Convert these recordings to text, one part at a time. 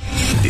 The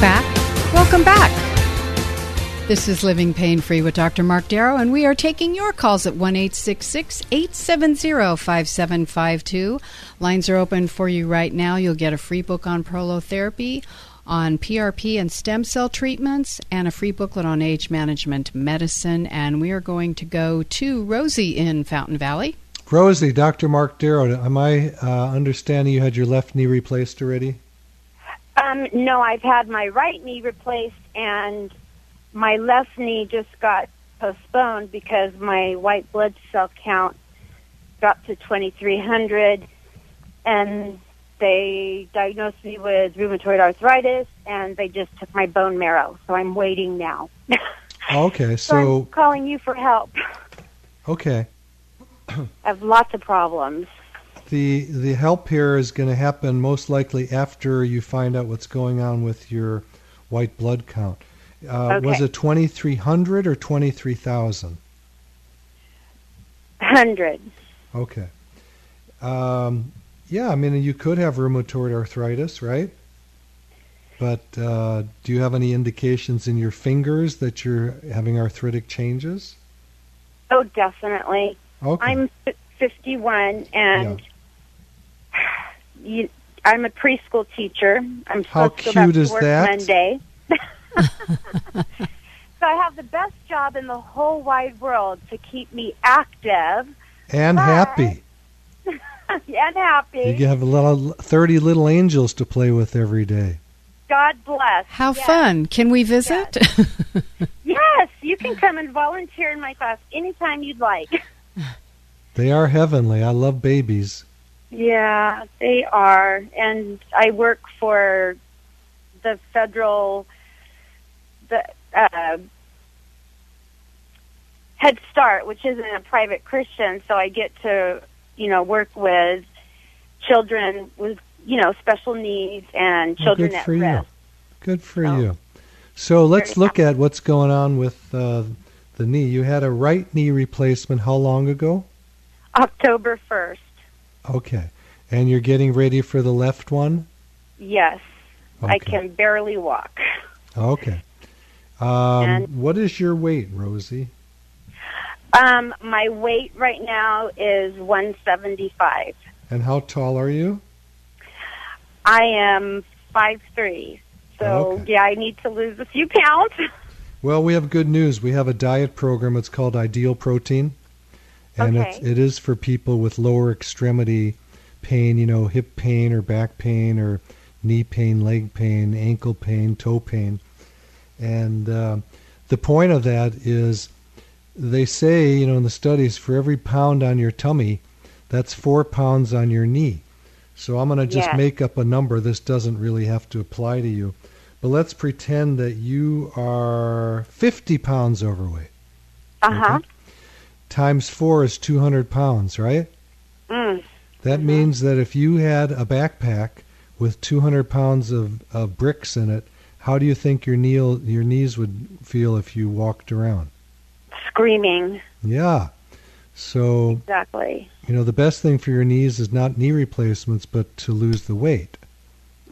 back. Welcome back. This is Living Pain Free with Dr. Mark Darrow, and we are taking your calls at 1 870 5752. Lines are open for you right now. You'll get a free book on prolotherapy, on PRP and stem cell treatments, and a free booklet on age management medicine. And we are going to go to Rosie in Fountain Valley. Rosie, Dr. Mark Darrow, am I uh, understanding you had your left knee replaced already? Um, no, I've had my right knee replaced, and my left knee just got postponed because my white blood cell count dropped to 2,300, and they diagnosed me with rheumatoid arthritis, and they just took my bone marrow. So I'm waiting now. Okay, so so I'm calling you for help. okay. I have lots of problems. The the help here is going to happen most likely after you find out what's going on with your white blood count. Uh, Was Okay. it 2,300 or 23,000? 100. Okay. Um, yeah, I mean, you could have rheumatoid arthritis, right? But uh, do you have any indications in your fingers that you're having arthritic changes? Oh, definitely. Okay. I'm f- 51, and you, I'm a preschool teacher. I'm How supposed to go back cute to is work that? Monday. so I have the best job in the whole wide world to keep me active and Hi. happy. and happy. You have a little, 30 little angels to play with every day. God bless. How Yes. fun! Can we visit? Yes, you can come and volunteer in my class anytime you'd like. They are heavenly. I love babies. Yeah, they are. And I work for the federal, the uh, Head Start, which isn't a private Christian, so I get to, you know, work with children with, you know, special needs and Well, children good at for you. risk. Good for So- you. So let's Oh. Very look at what's going on with uh, the knee. You had a right knee replacement how long ago? October 1st, Okay. And you're getting ready for the left one? yes. I Okay. can barely walk. Okay. Um, And- what is your weight, Rosie? Um, my weight right now is 175. And how tall are you? I am five three. So Okay. yeah, I need to lose a few pounds. Well, we have good news. We have a diet program. It's called Ideal Protein, and it's, Okay. it is for people with lower extremity pain. You know, hip pain or back pain or knee pain, leg pain, ankle pain, toe pain, and uh, the point of that is they say you know in the studies for every pound on your tummy, that's four pounds on your knee. So I'm going to just Yeah. make up a number. This doesn't really have to apply to you. But let's pretend that you are 50 pounds overweight. Uh huh. Times four is 200 pounds, right? Mm. That means that if you had a backpack with 200 pounds of, of bricks in it, how do you think your knee, your knees would feel if you walked around? Screaming. Yeah. So, Exactly. you know, the best thing for your knees is not knee replacements, but to lose the weight.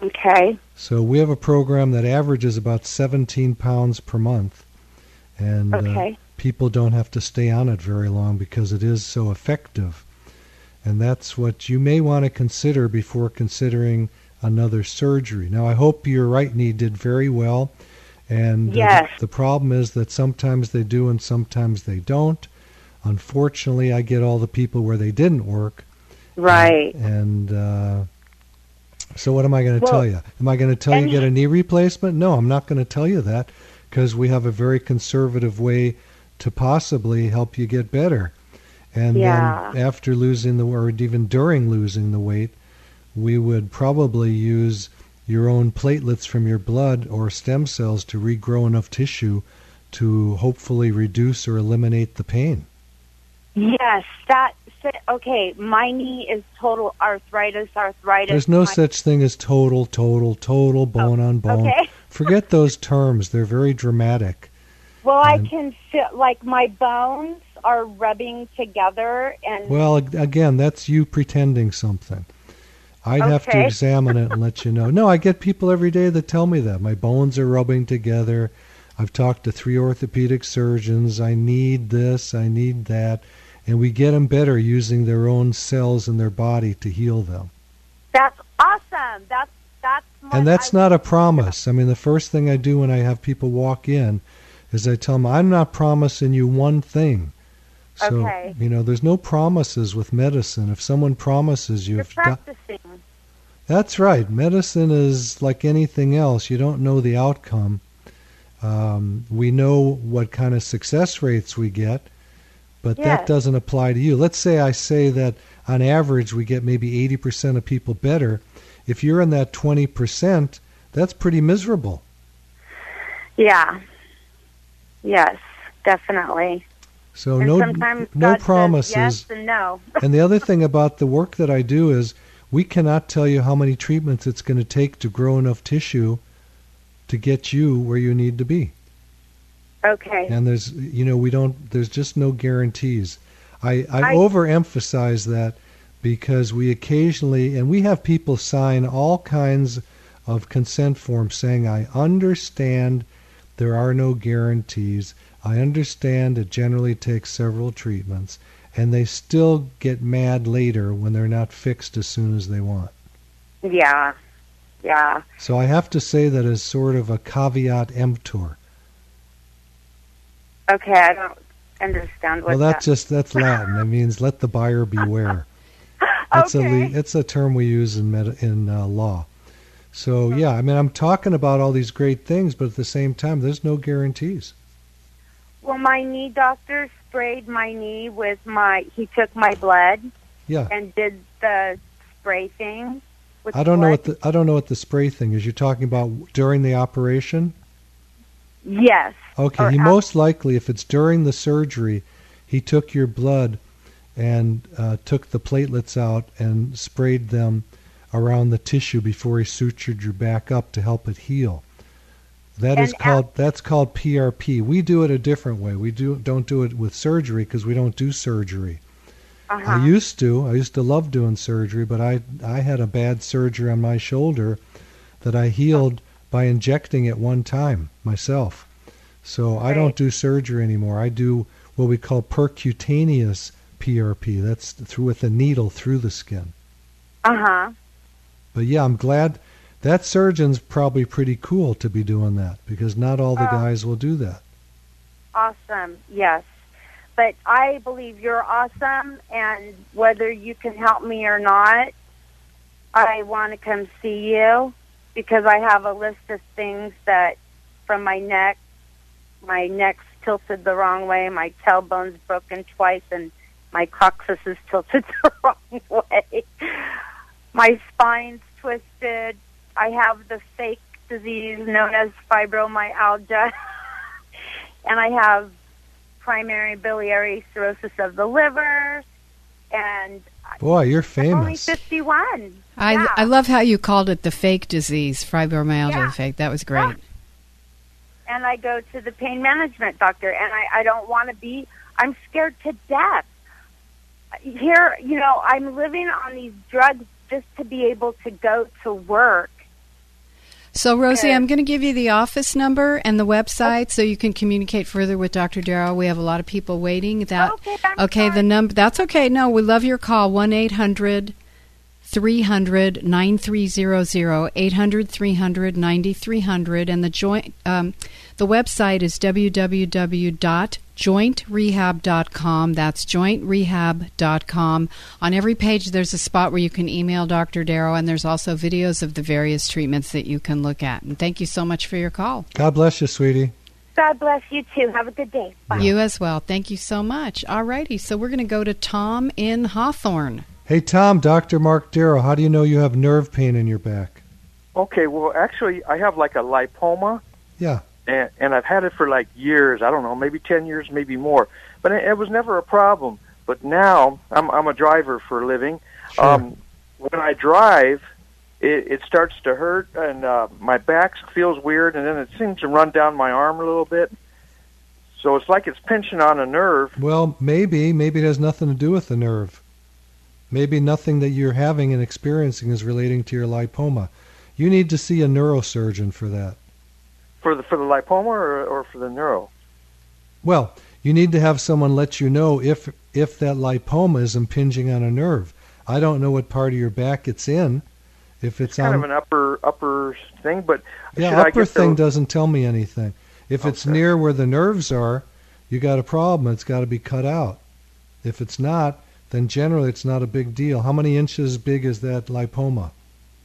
Okay. So we have a program that averages about 17 pounds per month, and uh, Okay. people don't have to stay on it very long because it is so effective. And that's what you may want to consider before considering another surgery. Now, I hope your right knee did very well. And uh, Yes. the problem is that sometimes they do and sometimes they don't. Unfortunately, I get all the people where they didn't work. Right. And uh, so, what am I going to Well, tell you? Am I going to tell you and- get a knee replacement? No, I'm not going to tell you that because we have a very conservative way to possibly help you get better. And Yeah. then after losing the or even during losing the weight, we would probably use your own platelets from your blood or stem cells to regrow enough tissue to hopefully reduce or eliminate the pain. Yes, that. Okay, my knee is total arthritis. Arthritis. There's no My- Oh, such thing as total, total, total bone on bone. okay. Forget those terms. They're very dramatic. Well, I Mm. can feel like my bones are rubbing together, and Well, ag- again, that's you pretending something. I'd have to Okay. examine it and let you know. No, I get people every day that tell me that. My bones are rubbing together. I've talked to three orthopedic surgeons. I need this. I need that. And we get them better using their own cells in their body to heal them. that's awesome. That's that's. My, And that's I- not a promise. I mean, the first thing I do when I have people walk in is I tell them, I'm not promising you one thing. So, Okay. you know, there's no promises with medicine. If someone promises you, You're if doc- practicing. that's right. Medicine is like anything else. You don't know the outcome. Um, we know what kind of success rates we get, but that Yes. doesn't apply to you. Let's say I say that on average we get maybe 80% of people better. If you're in that 20%, that's pretty miserable. Yeah. Yes, definitely. So and Oh, no sometimes no God says promises. yes and no. and the other thing about the work that I do is we cannot tell you how many treatments it's going to take to grow enough tissue to get you where you need to be. Okay. And there's, you know, we don't, there's just no guarantees. I, I, I- overemphasize that because we occasionally, and we have people sign all kinds of consent forms saying, I understand there are no guarantees. I understand it generally takes several treatments. And they still get mad later when they're not fixed as soon as they want. Yeah. Yeah. So I have to say that as sort of a caveat emptor. Okay, I don't understand what Well, that's that. just that's Latin. It means let the buyer beware. It's a Okay. le- it's a term we use in meta- in uh, law. So yeah, I mean I'm talking about all these great things, but at the same time, there's no guarantees. Well, my knee doctor sprayed my knee with my. He took my blood Yeah, and did the spray thing. With I don't know blood. what the I don't know what the spray thing is. You're talking about during the operation. Yes. Okay, Or he af- most likely, if it's during the surgery, he took your blood and uh, took the platelets out and sprayed them around the tissue before he sutured your back up to help it heal. That is And af- called that's called PRP. We do it a different way. We do don't do it with surgery because we don't do surgery. Uh-huh. I used to. I used to love doing surgery, but I I had a bad surgery on my shoulder that I healed by injecting at one time myself. So I don't Right. do surgery anymore. I do what we call percutaneous PRP. That's through with a needle through the skin. Uh huh. But yeah, I'm glad that surgeon's probably pretty cool to be doing that because not all the Oh. guys will do that. Awesome. Yes. But I believe you're awesome, and whether you can help me or not, I want to come see you because I have a list of things that from my neck, my neck's tilted the wrong way, my tailbone's broken twice, and my coccyx is tilted the wrong way. My spine's twisted. I have the fake disease known as fibromyalgia. and I have primary biliary cirrhosis of the liver, and Boy, you're I'm only famous. 51. I, yeah. I love how you called it the fake disease, fibromyalgia Yeah. fake. That was great. and I go to the pain management doctor, and I, I don't want to be. I'm scared to death. Here, you know, I'm living on these drugs just to be able to go to work. So, Rosie, Okay. I'm going to give you the office number and the website so you can communicate further with Dr. Darrow. We have a lot of people waiting. That Okay, I'm okay. The sorry. number that's okay. No, we love your call. One 800 300 9300 800 300 9300 and the joint um, the website is www.jointrehab.com that's jointrehab.com on every page there's a spot where you can email Dr. Darrow and there's also videos of the various treatments that you can look at and thank you so much for your call God bless you, sweetie. God bless you too. Have a good day. Bye. you as well thank you so much all righty so we're going to go to Tom in Hawthorne Hey, Tom, Dr. Mark Darrow, how do you know you have nerve pain in your back? Okay, well, actually, I have like a lipoma, Yeah. and, and I've had it for like years. I don't know, maybe 10 years, maybe more. But it, it was never a problem. But now I'm, I'm a driver for a living. Sure. Um, when I drive, it, it starts to hurt, and uh, my back feels weird, and then it seems to run down my arm a little bit. So it's like it's pinching on a nerve. Well, maybe, maybe it has nothing to do with the nerve. Maybe nothing that you're having and experiencing is relating to your lipoma. You need to see a neurosurgeon for that. For the for the lipoma or, or for the neuro? Well, you need to have someone let you know if if that lipoma is impinging on a nerve. I don't know what part of your back it's in. If it's, It's kind on of an upper upper thing, but should yeah, I upper get thing the- doesn't tell me anything. If it's Okay. near where the nerves are, you got a problem. It's got to be cut out. If it's not, then generally it's not a big deal. How many inches big is that lipoma?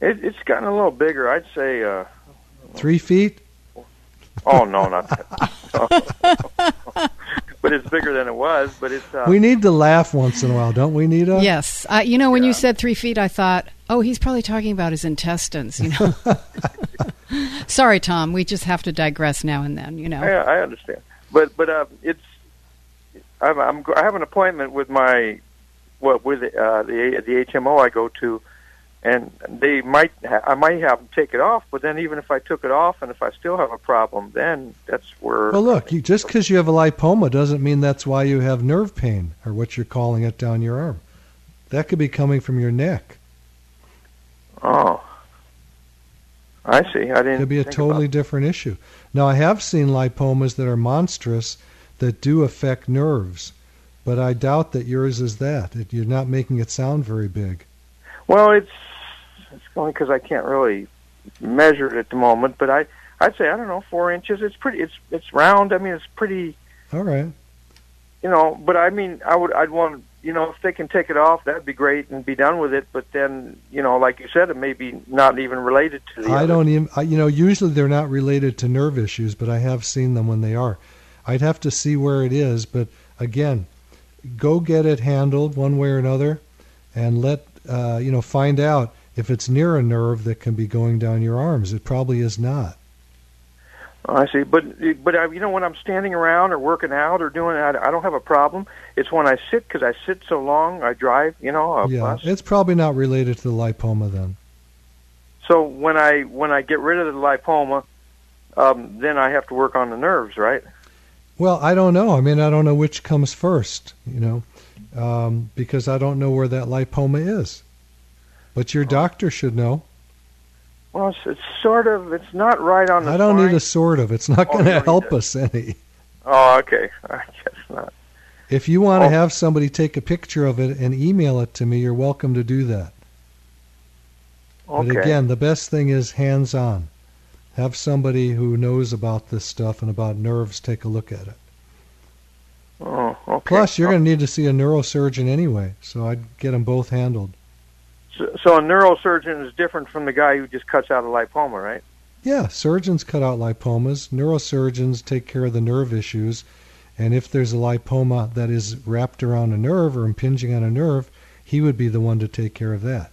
It, it's gotten a little bigger. I'd say. Uh, Three feet? oh no, not that. but it's bigger than it was. But it's. Uh, We need to laugh once in a while, don't we, Nita? Yes, uh, you know when you said three feet, I thought, oh, he's probably talking about his intestines. You know. Sorry, Tom. We just have to digress now and then. You know. I, I understand. But but uh, it's. I'm, I'm I have an appointment with my, what with uh, the the HMO I go to, and they might ha- I might have them take it off. But then even if I took it off and if I still have a problem, then that's where. Well, look, you, just because you have a lipoma doesn't mean that's why you have nerve pain or what you're calling it down your arm. That could be coming from your neck. Oh. I see. I didn't. It could be a think about totally different issue. Now, I have seen lipomas that are monstrous that do affect nerves, but I doubt that yours is that. It, you're not making it sound very big. Well, it's it's only because I can't really measure it at the moment, but I I'd say I don't know four inches. It's pretty. It's it's round. I mean, it's pretty. All right. You know, but I mean, I would I'd want you know if they can take it off, that'd be great and be done with it. But then you know, like you said, it may be not even related to the. I other. don't even, I, you know, usually they're not related to nerve issues, but I have seen them when they are. I'd have to see where it is, but again, go get it handled one way or another and let, uh, you know, find out if it's near a nerve that can be going down your arms. It probably is not. Oh, I see, but but I, you know when I'm standing around or working out or doing, I, I don't have a problem. It's when I sit because I sit so long. I drive, you know, a yeah. bus. It's probably not related to the lipoma then. So when I when I get rid of the lipoma, um, then I have to work on the nerves, right? Well, I don't know. I mean, I don't know which comes first, you know, um, because I don't know where that lipoma is. But Oh. your doctor should know. Well, it's, it's sort of it's not right on the. I don't spine. need a sort of. It's not Oh, going you to don't help need it. us any. Oh, okay. I guess not. If you want to Oh. have somebody take a picture of it and email it to me, you're welcome to do that. Okay. But again, the best thing is hands on. Have somebody who knows about this stuff and about nerves take a look at it. oh, okay. Plus, you're going to need to see a neurosurgeon anyway, so I'd get them both handled. So, so a neurosurgeon is different from the guy who just cuts out a lipoma, right? Yeah, surgeons cut out lipomas. Neurosurgeons take care of the nerve issues. And if there's a lipoma that is wrapped around a nerve or impinging on a nerve, he would be the one to take care of that.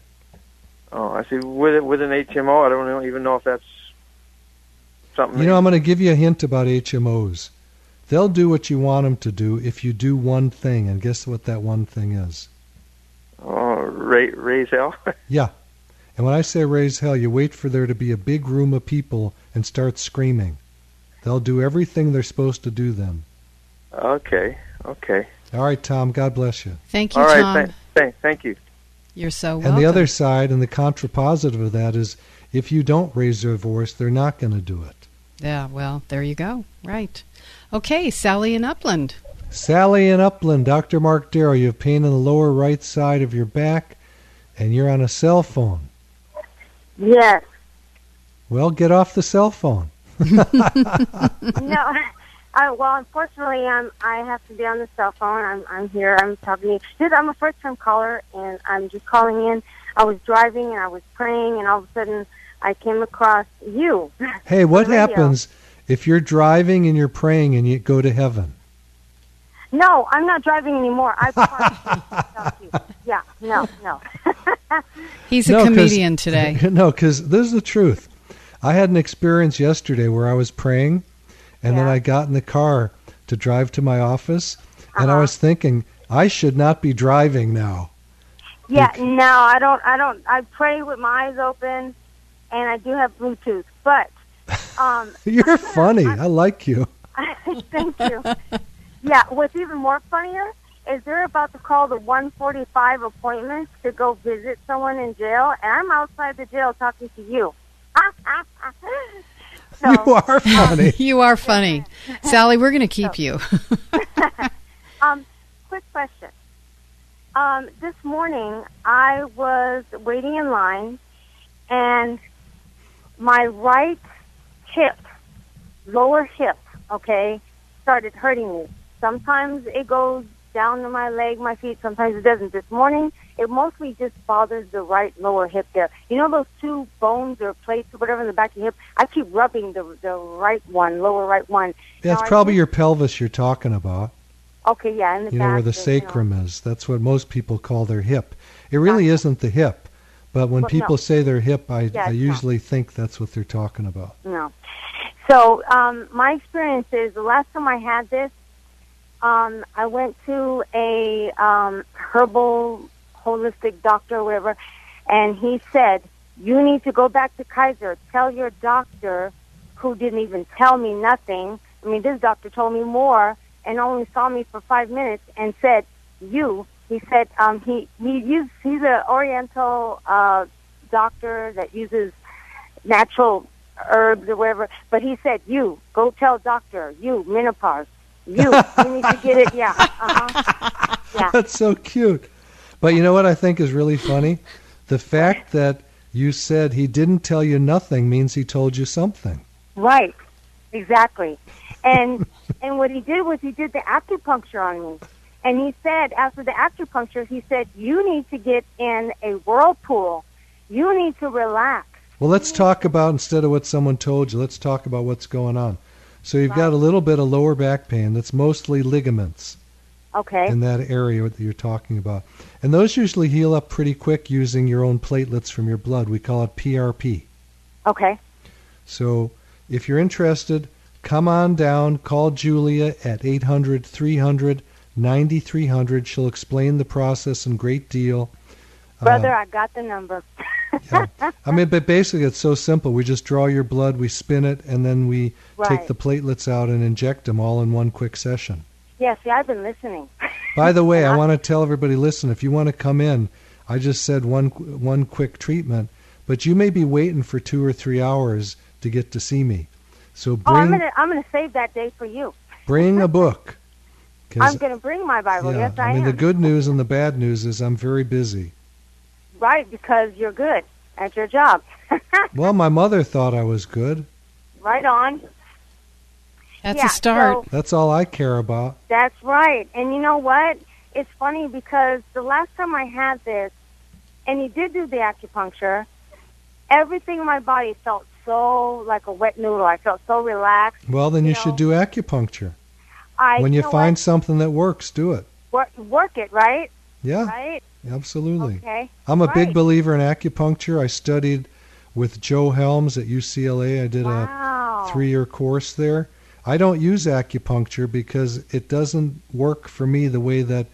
Oh, I see. With with an HMO, I don't even know if that's something. You know, I'm going to give you a hint about HMOs. They'll do what you want them to do if you do one thing. And guess what that one thing is? oh, Ray Ray's hell. And when I say raise hell, you wait for there to be a big room of people and start screaming. They'll do everything they're supposed to do then. okay. Okay. All right, Tom, God bless you. Thank you, All right. Tom. Thank, thank, thank you. You're so And the welcome. other side and the contrapositive of that is if you don't raise their voice, they're not going to do it. Yeah, well, there you go. Right. Okay, Sally in Upland. Sally in Upland, Dr. Mark Darrow, you have pain in the lower right side of your back and you're on a cell phone. Yes. Well, get off the cell phone. no. I, well, unfortunately, um, I have to be on the cell phone. I'm, I'm here. I'm talking to you. Dude, I'm a first-time caller, and I'm just calling in. I was driving, and I was praying, and all of a sudden, I came across you. Hey, what on the radio. happens if you're driving and you're praying and you go to heaven? No, I'm not driving anymore. I promise. you. Yeah, no, no. He's a 'cause- comedian today. no, because this is the truth. I had an experience yesterday where I was praying, and then Yeah. I got in the car to drive to my office, and Uh-huh. I was thinking I should not be driving now. Yeah, no, I don't. I don't. I pray with my eyes open, and I do have Bluetooth. But um, You're funny. I like you. thank you. Yeah, what's even more funnier is they're about to call the 145 appointment to go visit someone in jail, and I'm outside the jail talking to you. so, You are funny. You are funny. Sally, we're going to keep you. Um, quick question. Um, this morning I was waiting in line, and my right hip, lower hip, okay, started hurting me. Sometimes it goes down to my leg, my feet. Sometimes it doesn't. This morning, it mostly just bothers the right lower hip there. You know those two bones or plates or whatever in the back of your hip. I keep rubbing the the right one, lower right one. Now, That's I probably think- your pelvis you're talking about. Okay, yeah, in the You know where back the there, you know. sacrum is. That's what most people call their hip. It really isn't the hip, but when Well, no. people say their hip, I, I Yeah, it's not. usually think that's what they're talking about. No. So um, my experience is the last time I had this, um, I went to a um, herbal holistic doctor or whatever, and he said, you need to go back to Kaiser. Tell your doctor who didn't even tell me nothing. I mean, this doctor told me more and only saw me for five minutes and said, you. He said um, he, he used, he's an oriental uh, doctor that uses natural herbs or whatever. But he said, "You go tell doctor. You menopause. You you need to get it. Yeah, uh-huh. yeah, That's so cute. But you know what I think is really funny? The fact that you said he didn't tell you nothing means he told you something. right, exactly." And and what he did was he did the acupuncture on me, and he said after the acupuncture, he said, "You need to get in a whirlpool. You need to relax." Well, let's talk about instead of what someone told you, let's talk about what's going on. So you've got a little bit of lower back pain that's mostly ligaments Okay. in that area that you're talking about. And those usually heal up pretty quick using your own platelets from your blood. We call it PRP. okay. uh-huh. So if you're interested, come on down, call Julia at 800 300 9300. She'll explain the process in great deal. Uh, Brother, I got the number. I mean, but basically, it's so simple. We just draw your blood, we spin it, and then we take Right. the platelets out and inject them all in one quick session. Yeah, see, I've been listening. By the way, I want to tell everybody listen, if you want to come in, I just said one, one quick treatment, but you may be waiting for two or three hours to get to see me. So Oh, I'm bring, gonna I'm gonna save that day for you. bring a book. 'cause- I'm gonna bring my Bible. yeah, yes, I, mean, am. the good news and the bad news is I'm very busy. Right, because you're good at your job. Well, my mother thought I was good. right on. That's Yeah, a start. so That's all I care about. that's right. And you know what? It's funny because the last time I had this, and he did do the acupuncture, everything in my body felt so like a wet noodle. I felt so relaxed. Well, then you, You should know, do acupuncture. I when you know find something that works, do it. what? work, work it right, Yeah, right, absolutely. okay, I'm a big Right. believer in acupuncture. I studied with Joe Helms at UCLA. I did wow, a Uh, three year course there. I don't use acupuncture because it doesn't work for me the way that